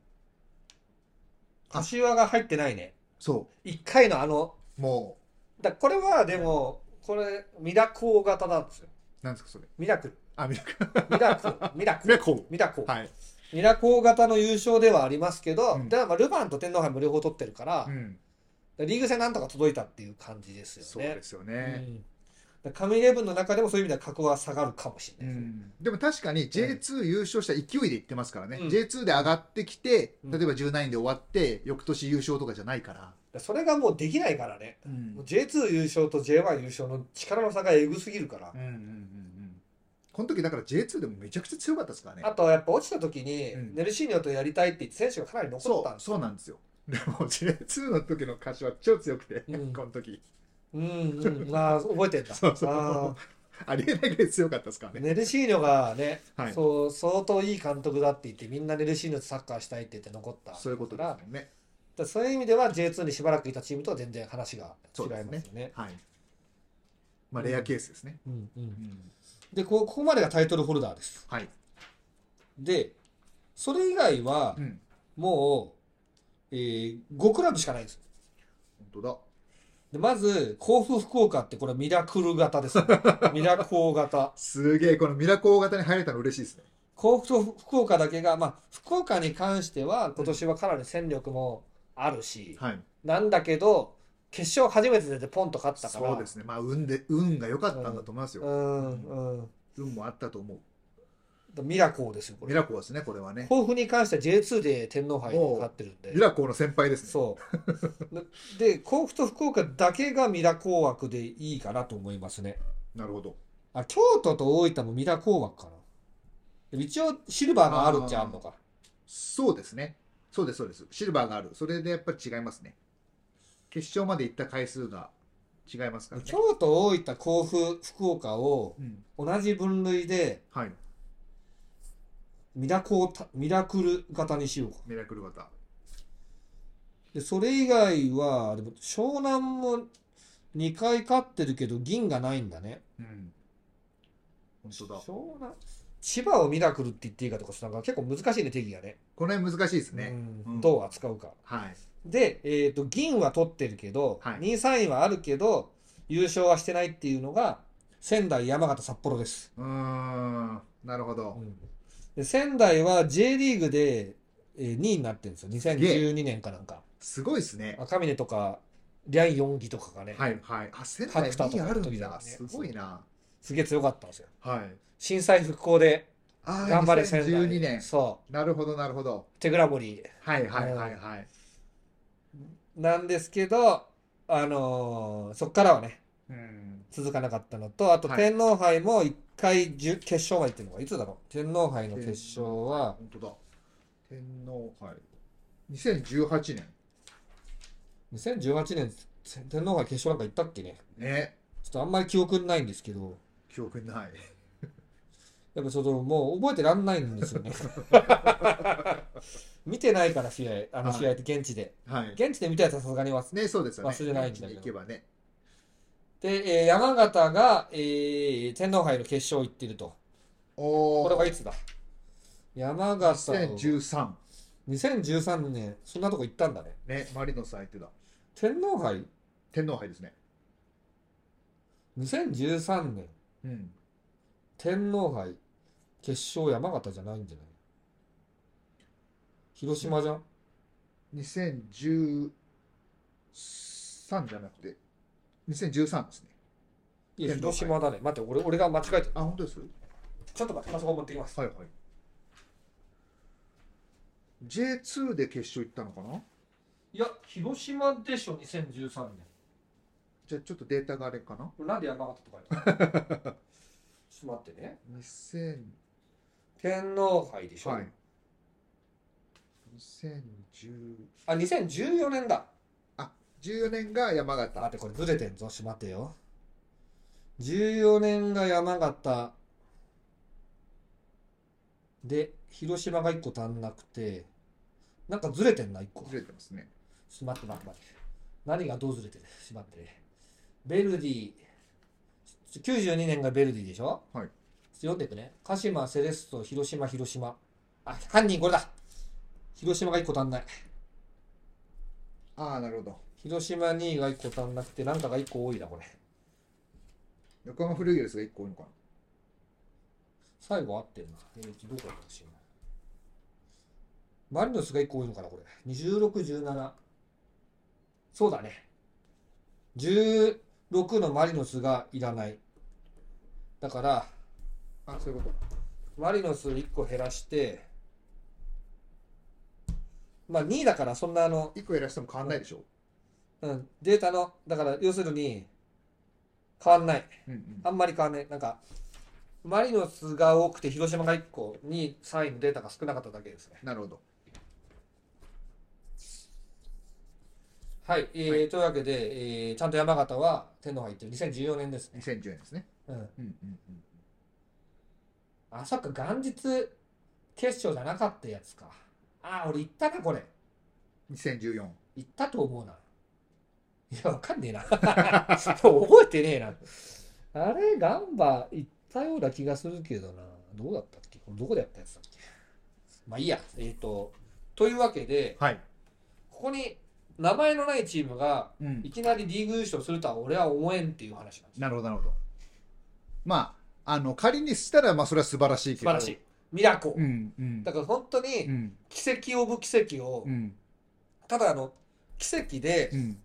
S1: あ
S2: 柏が入ってないね。
S1: そ
S2: 1回のあの、
S1: う。も
S2: だこれはでも、これ、ミラコー型なんですよ。
S1: う、なんですかそれ。
S2: ミラクル。
S1: あ、ミラク
S2: ミラ クル。ミラク
S1: ル。
S2: ル。
S1: ね、こ
S2: ミラコー
S1: う。はい。
S2: ミラコー型の優勝ではありますけど、
S1: うん
S2: でまあルヴァンと天皇杯も両方取ってるから、
S1: うん。
S2: リーグ戦なんとか届いたっていう感じですよね。
S1: そうですよね。
S2: うん、神イレブンの中でもそういう意味では格は下がるかもし
S1: う
S2: れないですね。
S1: んでも確かに J2 優勝した勢いでいってますからね、
S2: うん
S1: J2 で上がってきて、
S2: うん
S1: 例えば17位で終わって、翌年優勝とかじゃないから、
S2: それがもうできないからね。もう J2 優勝と J1 優勝の力の差がえぐすぎるから。
S1: うんうんうんうんこの時だから J2 でもめちゃくちゃ強かったですからね
S2: あ。とはやっぱ落ちた時に、
S1: うん
S2: ネルシーニョとやりたいって言って選手がかなり残っ
S1: そ
S2: たん
S1: う
S2: です
S1: そうなんですよ。でも J2 の時の柏超強くて、
S2: うん
S1: この時
S2: うんうん、まあ覚えてん だ。
S1: そうそう
S2: あ
S1: ありえないぐらい強かったですから
S2: ー
S1: ね。
S2: ネルシーニョがね、
S1: はい
S2: そう相当いい監督だって言ってみんなネルシーニョとサッカーしたいって言って残った
S1: そういうことで
S2: だから
S1: すもんね。
S2: だからそういう意味では J2 にしばらくいたチームとは全然話が違います
S1: そ
S2: よ
S1: うで
S2: ね。
S1: すはい。まあレアケースですね。
S2: うんうん
S1: うん
S2: でこ、ここまでがタイトルホルダーです。
S1: はい。
S2: で、それ以外は
S1: う、ん。
S2: もう、えー5クラブしかないんです。
S1: 本当だ。
S2: でまず、甲府福岡ってこれはミラクル 型です、ね。ミラコー型。
S1: すげえこのミラコー型に入れたの嬉しいですね。
S2: 甲府と福岡だけが、まあ、福岡に関しては今年はかなり戦力もあるし、
S1: はい。
S2: なんだけど、決勝初めて出てポンと勝ったから、
S1: そうですね。まあ運で運が良かったんだと思います
S2: う
S1: よ。
S2: ん、うん。
S1: 運もあったと思
S2: ミラコーですよ、こ
S1: う。
S2: れ
S1: ミ。ラコーですねこれはね。
S2: 甲府に関しては J2 で天皇杯に勝ってるんで
S1: ミ。ラコーの先輩ですね。
S2: そう。で、甲府と福岡だけがミラ紅枠でいいかなと思いますね。
S1: なるほど。
S2: あ、京都と大分もミラ紅枠かな。でも一応シルバーがあるっちゃあるのか。
S1: そうですね。そうです、そうです。シルバーがある。それでやっぱり違いますね。決勝まで行った回数が違いますからね。
S2: 京都、大分、甲府、福岡を
S1: うん。
S2: 同じ分類で
S1: はい。
S2: ミラ紅た、ミラクル型にしようか。
S1: ミラクル型。
S2: で、それ以外は、でも湘南も2回勝ってるけど銀がないんだね。
S1: うん。本当だ。
S2: 湘南。千葉をミラクルって言っていいかとか、なんか結構難しいね、定義がね。
S1: この辺難しいですね。
S2: う、
S1: うんん
S2: どう扱うか。
S1: はい。
S2: で、えー、と銀は取ってるけど、
S1: はい
S2: 2位3位はあるけど優勝はしてないっていうのが仙台山形札幌です、
S1: うーん。なるほど。
S2: で仙台は J リーグで、え2位になってるんですよ2012年かなんか
S1: すごいですね。
S2: 赤嶺とかリャン・ヨンギとかがね、
S1: はい、はい。あ、仙台
S2: 角田とか
S1: にあるん
S2: 時々
S1: だ。
S2: ね
S1: すごいな。
S2: すげえ強かったんですよ
S1: はい。
S2: 震災復興で
S1: ああ、
S2: 頑張れ仙台
S1: 2012年。
S2: そ
S1: なるほど、なるほど。
S2: う手倉森
S1: はい、はい、はい、はい。
S2: なんですけどあのーそっからはね
S1: うん。
S2: 続かなかったのと、あと
S1: はい
S2: 天皇杯も1回準決勝まで行ってるのが、いつだろう天皇杯の決勝は、
S1: 本当だ。天皇杯。2018年。
S2: 2018年天皇杯決勝なんか行ったっけね
S1: ね。
S2: ちょっとあんまり記憶にないんですけど、
S1: 記憶にない。
S2: やっぱちょっともう覚えてらんないんで すよね。見てないから試合、あの試合って現地で。
S1: はい。
S2: 現地で見たやつはさすがに忘れ
S1: ね、そうですよね。
S2: 忘れないんだけど
S1: 行けばね。
S2: で、えー山形が、えー天皇杯の決勝行ってると。
S1: お
S2: こ
S1: お
S2: れ。はいつだ山形を
S1: 2013。
S2: 2013年、そんなとこ行ったんだね。
S1: ね、マリノス相手だ。
S2: 天皇杯
S1: 天皇杯ですね。
S2: 2013年
S1: うん。
S2: 天皇杯決勝山形じゃないんじゃない広島じゃん
S1: 2013じゃなくて、2013ですね。
S2: いや
S1: 天皇
S2: 広
S1: 杯
S2: 島だね待って俺俺が間違えて
S1: あ、本当です
S2: ちょっと待ってパソコン持ってきます
S1: はいはい。J2 で決勝行ったのかない
S2: や広島でしょ2013年
S1: じゃあちょっとデータがあれかな
S2: これなんで山形とか書いてある ちょっと待ってね
S1: ?2000、
S2: 天皇杯でしょ、
S1: はい。2010
S2: あ2014年だ
S1: 14年が山形。
S2: 待って、これずれてんぞ。しまってよ。14年が山形。で、広島が1個足んなくて、なんかずれてんな、1個。
S1: ずれてますね。
S2: しまって待って待って。何がどうずれてるしまってね。ベルディ、92年がベルディでしょ
S1: はい。
S2: 読んでいくね。鹿島、セレッソ、広島、広島。あ、犯人これだ広島が1個足んない。
S1: ああ、なるほど。
S2: 広島2位が1個足んなくて、なんかが1個多いな、これ。
S1: 横浜フルーゲルスが1個多いのかな。
S2: 最後合ってるな。えー、どこだったか知らない。マリノスが1個多いのかな、これ。16、17。そうだね。16のマリノスがいらない。だから、
S1: あ、そういうこ
S2: マリノス1個減らして、まあ2位だからそんなあの、
S1: と。1個減らしても変わんないでしょ。
S2: うん、データの、だから要するに、変わんない。
S1: うんうん。
S2: あんまり変わんない。なんか、マリノスが多くて広島が1個、2位、3位のデータが少なかっただけですね。
S1: なるほど。
S2: はい、えー
S1: は
S2: というわけで、えーちゃんと山形は天皇が言ってる2014年ですね。
S1: 2010年ですね。
S2: うん。
S1: うんうんうん。
S2: あ、そっか、元日決勝じゃなかったやつか。あー、俺行ったな、これ。
S1: 2014。
S2: 行ったと思うな。いや、わかんねえな。覚えてねえな。あれ、ガンバ行ったような気がするけどな。どうだったっけこれどこでやったやつだっけまあいいや。えっ、と、というわけで、
S1: はい。
S2: ここに名前のないチームが
S1: うん
S2: い。きなりリーグ優勝するとは俺は思えんっていう話なんです。
S1: なるほど、なるほど。まあ、あの、仮にしたら、まあ、それは素晴らしい
S2: 素
S1: けど。
S2: 晴らしい。。ミラコ。
S1: うんうん。
S2: だから本当
S1: う
S2: に
S1: ん
S2: 奇跡オブ奇跡を、
S1: うん
S2: ただあの、奇跡で
S1: う、ん。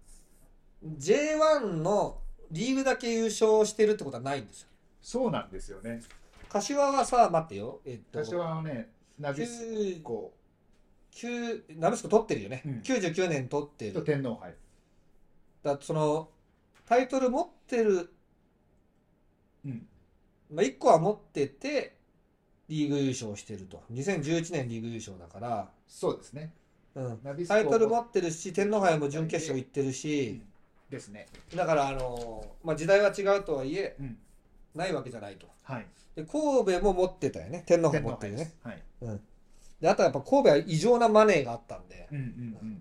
S2: J1 のリーグだけ優勝してるってことはないんですよ。
S1: そうなんですよね。
S2: 柏はさ、待ってよ。えっと、
S1: 私はね、ナビス
S2: 9、
S1: コ
S2: 9ナブスコ取ってるよね。
S1: うん
S2: 99年取って
S1: と
S2: る。
S1: 天皇杯。
S2: だその、タイトル持ってる、
S1: うん。
S2: まあ、1個は持ってて、リーグ優勝してると。2011年リーグ優勝だから、
S1: そうですね。
S2: うん。
S1: ナビスコ
S2: タイトル持ってるし、天皇杯も準決勝行ってる
S1: う
S2: し
S1: ん、ですね。
S2: だから、あのまあ、時代は違うとはいえ、
S1: うん。
S2: ないわけじゃないと。
S1: はい。
S2: で、神戸も持ってたよね。天皇杯
S1: 天
S2: 持
S1: 皇
S2: って
S1: 杯
S2: る
S1: で
S2: ね
S1: す。。はい。
S2: で、あとはやっぱ神戸は異常なマネーがあったんで、
S1: うんうんうんうんうん。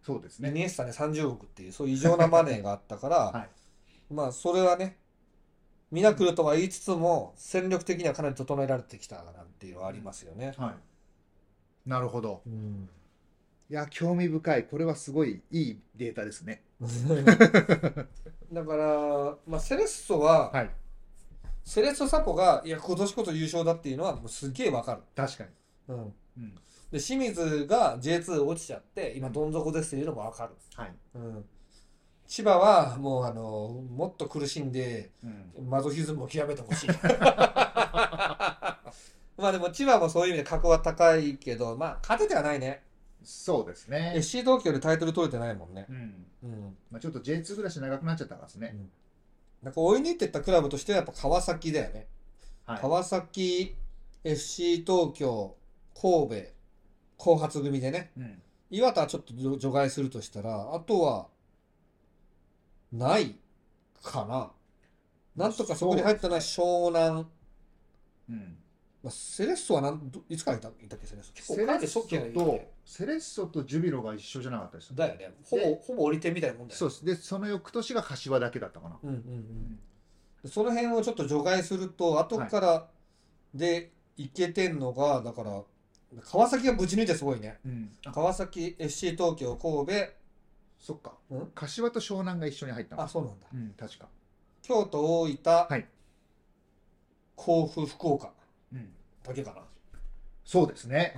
S1: そうです
S2: イ
S1: ね。
S2: ニエスタね30億っていう、そういう異常なマネーがあったから、
S1: はい
S2: まあ、それはね、ミラクルとは言いつつも、戦力的にはかなり整えられてきたなっていうのはありますよね。
S1: はい。なるほど。
S2: うん。
S1: いや、興味深い。これはすごいいいデータですね。
S2: だから、まあ、セレッソは、
S1: はい。
S2: セレッソ・サポが、いや、今年こそ優勝だっていうのは、もうすっげえわかる。
S1: 確かに。
S2: うん。
S1: うん。
S2: で、清水が J2 落ちちゃって、今、どん底ですっていうのもわかる。
S1: はい。
S2: うん。千葉は、もう、あの、もっと苦しんで、
S1: うん。
S2: マゾヒズムを極めてほしい。 まあでも千葉もそういう意味で格は高いけど、まあ勝ててはないね。
S1: そうですね。
S2: FC 東京でタイトル取れてないもんね
S1: う。ん。
S2: うん。
S1: まあちょっと J2 ぐらいし長くなっちゃったからですね。
S2: なんか追い抜いてったクラブとしてはやっぱ川崎だよね。
S1: はい。
S2: 川崎、FC 東京、神戸、後発組でね。
S1: うん。
S2: 岩田はちょっと除除外するとしたら、あとは、ないかな。なんとかそこに入ったのは湘南。
S1: うん。
S2: まあ、セレッソはなんどいつからいたいたっけセレッソ結構
S1: セレ
S2: かえっ
S1: ッ
S2: て
S1: ソ
S2: 初期の
S1: と、セレッソとジュビロが一緒じゃなかったです
S2: だよねほぼ
S1: で
S2: ほぼ降りてみたいなもんだよね
S1: そうです。で、その翌年が柏だけだったかな。
S2: うんうんう
S1: うん
S2: でその辺をちょっと除外すると後からでいけてんのが、だから川崎がぶち抜いてすごいね
S1: うん。あ
S2: 川崎 FC 東京神
S1: そっか
S2: うん。
S1: 柏と湘南が一緒に入った
S2: 戸あ
S1: の。
S2: そうなんだ
S1: うん、確か。
S2: 京都大分、
S1: い
S2: 甲府福岡
S1: うん。
S2: だけかな
S1: そうですね。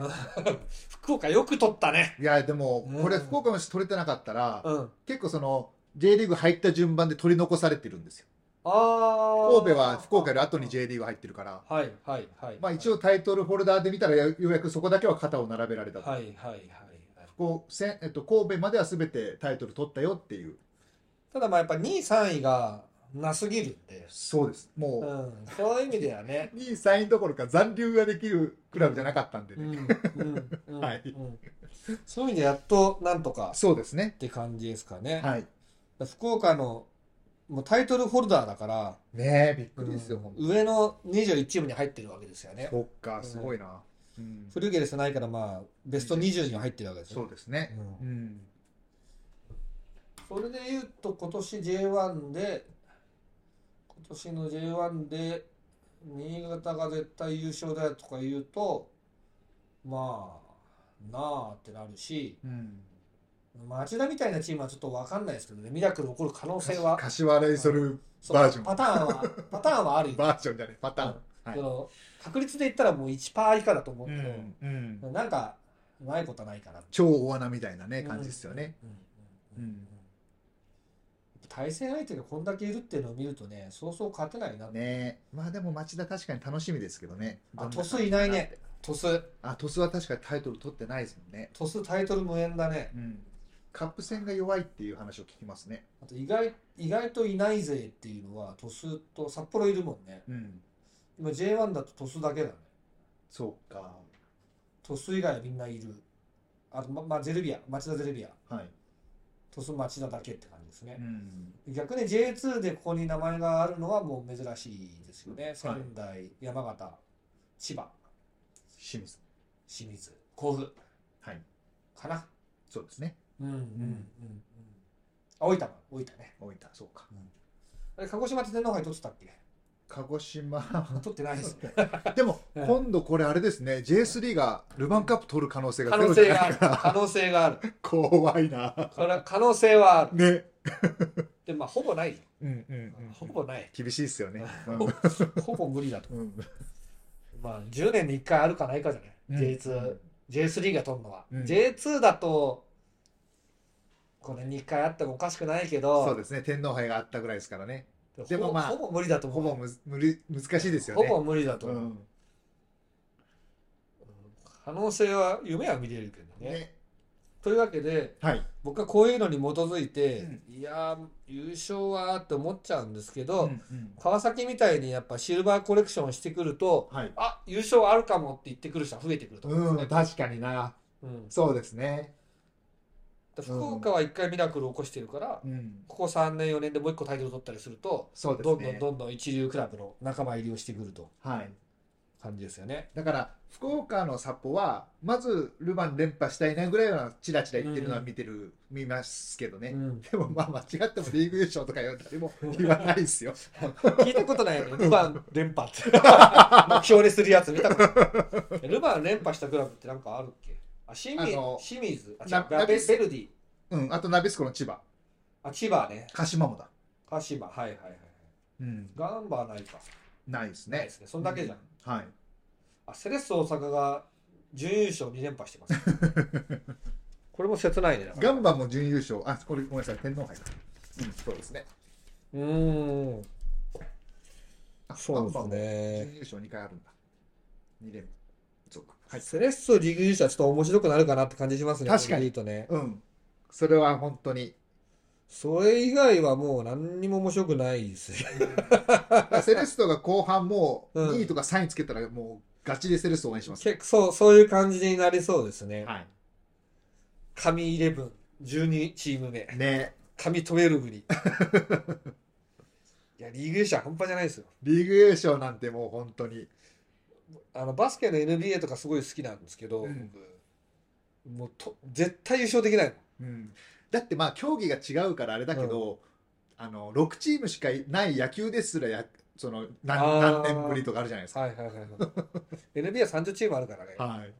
S2: 福岡よく取ったね
S1: いや、でも
S2: うん、
S1: これ、福岡の人取れてなかったら、
S2: うん
S1: 結構その、J リーグ入った順番で取り残されてるんですよ。
S2: ああ
S1: 神戸は福岡より後に J リーグ入ってるから、
S2: はいはいはい
S1: まあ一応タイトルホルダーで見たら、ようやくそこだけは肩を並べられたと。
S2: はいはいはいはい
S1: こうせんえっと、神戸までは全てタイトル取ったよっていう。
S2: ただまあやっぱ2位3位がなすぎるんで、
S1: そうです。
S2: う
S1: も
S2: ん、そういう意味ではね
S1: う、、2位、3位どころか残留ができるクラブじゃなかったんで
S2: う
S1: ね。
S2: んうんう ん
S1: はい
S2: うんそういう意味でやっとなんとかっ
S1: そうですね。
S2: て感じですかね。
S1: はい。
S2: 福岡のもうタイトルホルダーだから、
S1: ねえ、びっくりですよ、ほんと
S2: 上の21チームに入ってるわけですよね。
S1: そっか、すごいな。うん
S2: フルゲレスないから、まあ、ベスト20には入ってるわけです
S1: そ
S2: よ
S1: う。ですね。
S2: う
S1: うん。
S2: それで言うと、今年 J1 で、今年の J1 で、新潟が絶対優勝だとか言うと、まあ、なあってなるし、
S1: うん。
S2: 町田みたいなチームはちょっと分かんないですけどね、ミラクル起こる可能性は、
S1: 柏レイソル
S2: そう
S1: バージョン
S2: パター ンは、パターンはあるよ。
S1: バージョンじゃねえ、パターン。
S2: その確率で言ったらもう1%以下だと思う
S1: う
S2: け
S1: ん。うん
S2: ど、なんか、うまいことはないかなって
S1: 超大穴みたいなね、感じですよね。
S2: うんうんうんうん
S1: うん
S2: 対戦相手がこんだけいるっていうのを見るとね、そうそう勝てないな。
S1: ねえ。まあでも町田確かに楽しみですけどね。
S2: あ鳥栖いないね。トス、
S1: あ、鳥栖は確かにタイトル取ってないですもんね。
S2: トスタイトル無縁だね。
S1: うん。カップ戦が弱いっていう話を聞きますね。
S2: あと意外、意外といない勢っていうのは、トスと札幌いるもんね。
S1: うん。
S2: 今 J1 だとトスだけだね。
S1: そうか。
S2: トス以外はみんないる。あと、ま、まあ、ゼルビア、町田ゼルビア、
S1: はい。
S2: トス町田だけって感じですね
S1: う。ん。
S2: 逆に J2 でここに名前があるのはもう珍しいですよね。仙台、山形、千葉、
S1: 清水。
S2: 清水、甲府
S1: はい。
S2: かな。
S1: そうですね。
S2: うんうんうんうん。あ、大分も、大分ね。
S1: 大分、そうか。
S2: あれ鹿児島って天皇杯取ってたっけ
S1: 鹿児島。
S2: 取ってないですね。
S1: でも、
S2: うん
S1: 今度これあれですね、J3 がルヴァンカップ取る可能性が
S2: 可
S1: ゼロ
S2: 能
S1: じ
S2: 性
S1: ゃ
S2: が
S1: な
S2: あ
S1: い
S2: る。
S1: から。
S2: 可能性がある。
S1: 怖いな。
S2: これは可能性はある。
S1: ね。
S2: で、まあ、ほぼないよ。
S1: うんうん
S2: ほぼない。
S1: 厳しいですよ ね。
S2: ほぼ無理だと。
S1: うんうん
S2: まあ、10年に1回あるかないかじゃない。J2。J3 が取るのは、
S1: うん
S2: J2 だとこれに1回あってもおかしくないけど
S1: そうですね、天皇杯があったぐらいですからね。
S2: ほ
S1: でもまあ
S2: ほぼ無理だと思
S1: ほ
S2: う
S1: ぼむず無理難しいですよ
S2: ほ
S1: ね。
S2: ぼ無理だと
S1: う
S2: 思う、
S1: ん
S2: 可能性は夢は見れるけどね
S1: ね。
S2: というわけで
S1: はい。
S2: 僕はこういうのに基づいて、
S1: うん
S2: いやー優勝はって思っちゃうんですけど、
S1: うんうん
S2: 川崎みたいにやっぱシルバーコレクションしてくると
S1: はい。
S2: あ優勝あるかもって言ってくる人は増えてくると思うん
S1: う
S2: で
S1: ん、
S2: すね、
S1: 確かにな。
S2: うん
S1: そうですね。
S2: 福岡は1回ミラクルを起こしてるから、
S1: うん。
S2: ここ3年4年でもう1個タイトル取ったりすると
S1: そうで
S2: ど
S1: す
S2: んどん
S1: ね。
S2: どんどん一流クラブの仲間入りをしてくると
S1: はい。
S2: 感じですよね。
S1: だから、福岡の札幌は、まずルヴァン連覇したいなぐらいは、チラチラ言ってるのは見てる、見ますけどね。
S2: うん、
S1: でもまあ間違ってもリーグ優勝とか 言われても言わないですよ。
S2: 聞いたことないよね、ルヴァン連 覇って、目標にするやつ見たことない。ルヴァン連覇したクラブってなんかあるっけあ清水
S1: あの
S2: 清水あ
S1: な
S2: 違うベ
S1: ベ
S2: ベ
S1: ス
S2: ルディ
S1: うん、あとナビスコの千葉、
S2: あ、千葉ね、
S1: 鹿島もだ。
S2: 鹿島、はいはいはい。
S1: うん、
S2: ガンバーないか、
S1: ないです
S2: ない
S1: ね
S2: で。すね、そんだけじゃん。
S1: うん。はい。
S2: あセレッソ大阪が準優勝2連覇してます。 これも切ないね。なんか
S1: ガンバも準優勝。あ、これごめんなさい、天皇杯だ。うん、そうですね。
S2: うーん、
S1: あ
S2: ガンバも
S1: 準
S2: ね。
S1: 優勝2回あるんだ。2連覇。そうか。はい。
S2: セレッソリーグ優勝はちょっと面白くなるかなって感じしますね、
S1: 確かに
S2: これで言うとね。
S1: うん。それは本当に。
S2: それ以外はもう何にも面白くないですよ。
S1: だからセレストが後半もう
S2: うん
S1: 2位とか3位つけたらもうガチでセレスト応援します。
S2: 結構そう、そういう感じになりそうですね。
S1: は
S2: 神イレブン、12チーム目、
S1: い。ね
S2: 神12に。い や、リーグ優勝は半端じゃないですよ。
S1: リーグ優勝なんてもう本当に。
S2: あの、バスケの NBA とかすごい好きなんですけど、
S1: うん
S2: 僕、もうと、絶対優勝できない
S1: うん、だってまあ競技が違うからあれだけど、あの6チームしかいない野球ですらやその何
S2: あー
S1: 何年ぶりとかあるじゃないですか、
S2: はいはいはい はい。NBA は30チームあるからね。
S1: はい、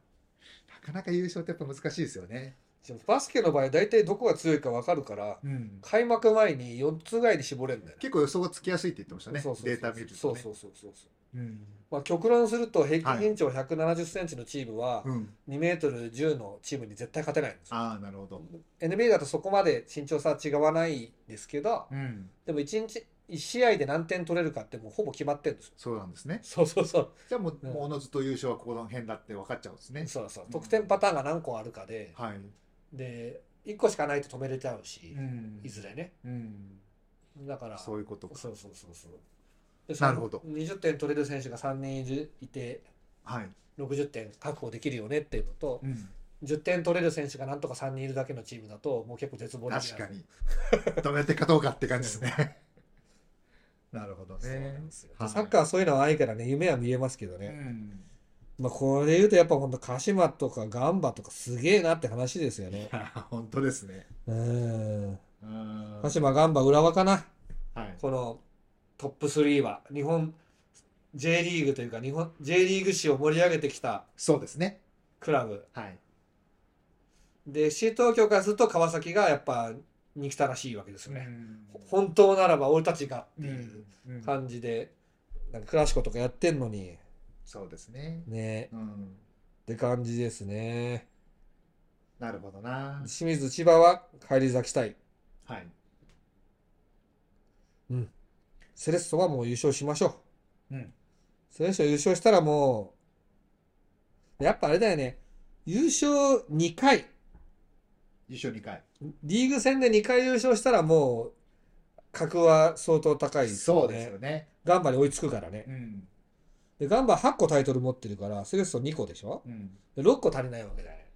S1: なかなか優勝ってやっぱ難しいですよね、
S2: でもバスケの場合、大体どこが強いか分かるから、
S1: うん、
S2: 開幕前に4つぐらいに絞れるんだよね。
S1: 結構予想がつきやすいって言ってましたね
S2: そうそうそ
S1: デ
S2: う
S1: ータ見ると、ね、
S2: そうそうそうそうそう。
S1: うん
S2: まあ、極論すると平均身長1 7 0ンチのチームは
S1: うん、
S2: 2メートル1 0のチームに絶対勝てないんですよ。
S1: ああなるほど、
S2: NBA だとそこまで身長差は違わないですけど
S1: うん、
S2: でも1日1試合で何点取れるかってもうほぼ決まってるんですよ。
S1: そうなんですね
S2: そうそうそう
S1: じゃあもう,、
S2: うん
S1: もうおのずと優勝はここの辺だって分かっちゃうんですね
S2: そうそう得点パターンが何個あるかで
S1: はい、
S2: で1個しかないと止めれちゃうし
S1: うん
S2: いずれね
S1: うん、
S2: だから、
S1: そういうことか。
S2: そうそうそうそう。で
S1: なるほど
S2: その20点取れる選手が3人いるいて、
S1: はい。
S2: 60点確保できるよねっていうのと、
S1: うん。
S2: 10点取れる選手がなんとか3人いるだけのチームだと、もう結構絶望
S1: 確
S2: な
S1: か
S2: る
S1: に。どうやって勝とうかって感じですね。 なるほど
S2: そうな
S1: ね
S2: んですよ。
S1: はい
S2: サッカーはそういうのはないからね、夢は見えますけど
S1: う
S2: ね。
S1: ん。
S2: まあ、これで言うと、やっぱ本当、鹿島とかガンバとかすげえなって話ですよね
S1: い。や、 本当ですね。
S2: うん。
S1: うん。
S2: 鹿島、ガンバ、浦和かな。
S1: はい。
S2: このトップ3は、日本 J リーグというか、日本 J リーグ史を盛り上げてきた
S1: そうですね。
S2: クラブ。
S1: はい。
S2: で、FC 東京からすると川崎がやっぱ憎たらしいわけですよね。ほ
S1: ん
S2: 本当ならば俺たちがっ
S1: う。
S2: ていうん
S1: うん
S2: 感じで、なんかクラシコとかやってんのに、
S1: そうですね。
S2: ね、
S1: うん。
S2: って感じですね。
S1: なるほどな。
S2: 清水千葉は返り咲きたい。
S1: はい。
S2: セレッソはもう優勝しましょう。
S1: うん。
S2: セレッソ優勝したらもう、やっぱあれだよね。優勝2回。
S1: 優勝2回。
S2: リーグ戦で2回優勝したらもう、格は相当高いです
S1: そ
S2: よ
S1: うです
S2: ね
S1: よ。ね。
S2: ガンバに追いつくからね。
S1: うん。
S2: で、ガンバ8個タイトル持ってるから、セレッソ2個でしょ
S1: うん。
S2: で ?6 個足りないわけだよね。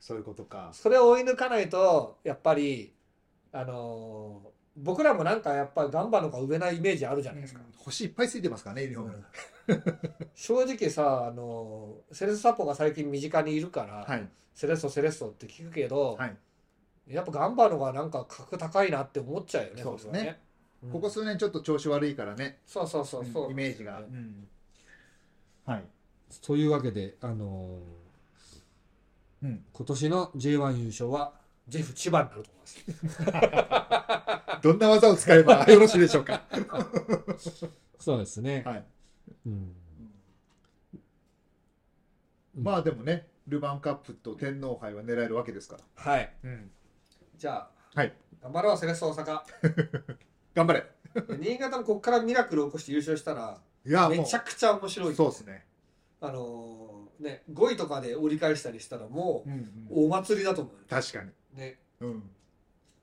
S1: そういうことか。
S2: それを追い抜かないと、やっぱり、あのー僕らもなんかやっぱりガンバの方が上なイメージあるじゃないですか。
S1: 星いっぱいついてますからね、ユニフォームに
S2: 正直さ、あのーセレッソサポが最近身近にいるから、
S1: はい。
S2: セレッソセレッソって聞くけど、
S1: はい。
S2: やっぱガンバの方がなんか格高いなって思っちゃうよね、
S1: そうですね
S2: 僕はね。うん
S1: ここ数年ちょっと調子悪いからね。
S2: そうそうそうそう、
S1: イメージが。はい。
S2: というわけで、あのー
S1: うん
S2: 今年の J1 優勝はジェフ千葉になると思い ます。
S1: どんな技を使え ばよろしいでしょうか。
S2: そうですね。
S1: はい。
S2: うん
S1: まあでもね、ルヴァンカップと天皇杯は狙えるわけですから。
S2: はい。
S1: うん。
S2: じゃあ、
S1: はい。
S2: 頑張ろう、セレッソ大阪。
S1: 頑張れ。
S2: 新潟もここからミラクルを起こして優勝したら、
S1: いや、も
S2: め
S1: う。
S2: ち
S1: そ
S2: ゃくちゃ面白
S1: う
S2: い。
S1: ですね。
S2: あのーね、5位とかで折り返したりしたら、も
S1: うん
S2: う
S1: うん。
S2: お祭りだと思う。
S1: 確かに。
S2: ね。
S1: うん。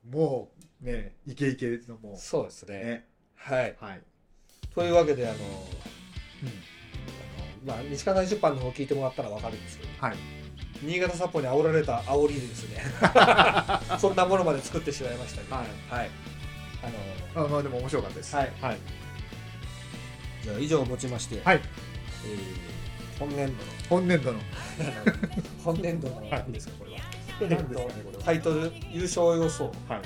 S1: もう、ね、イケイケのも
S2: そうです
S1: う、
S2: ね
S1: ね。
S2: はい。
S1: はい。
S2: というわけで、あのー
S1: うん。
S2: あのまあ、西川大出版の方聞いてもらったらわかるんですけど、
S1: はい。
S2: 新潟札幌に煽られた煽りで すね。そんなものまで作ってしまいましたけど、
S1: はい
S2: はい。あのー
S1: あまあでも面白かったです。
S2: はい
S1: はい。
S2: じゃあ以上をもちまして、
S1: はい
S2: えー、本年度の
S1: 今年度の。
S2: 本年度の
S1: い
S2: 何ですかこれは、
S1: 何ですかねこれは
S2: タイトル優勝予想
S1: はい。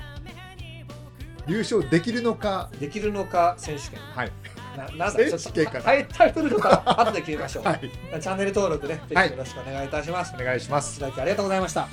S1: 優勝できるのか。
S2: できるのか選手権
S1: はい。
S2: ななんだ
S1: 選手権かな
S2: ちょっとタイタイトルとか後で決めましょ う、
S1: はい。
S2: チャンネル登録ねぜ
S1: は
S2: ひ
S1: い
S2: よろしくお願いいたします、
S1: お願いします。
S2: ご視聴ありがとうございました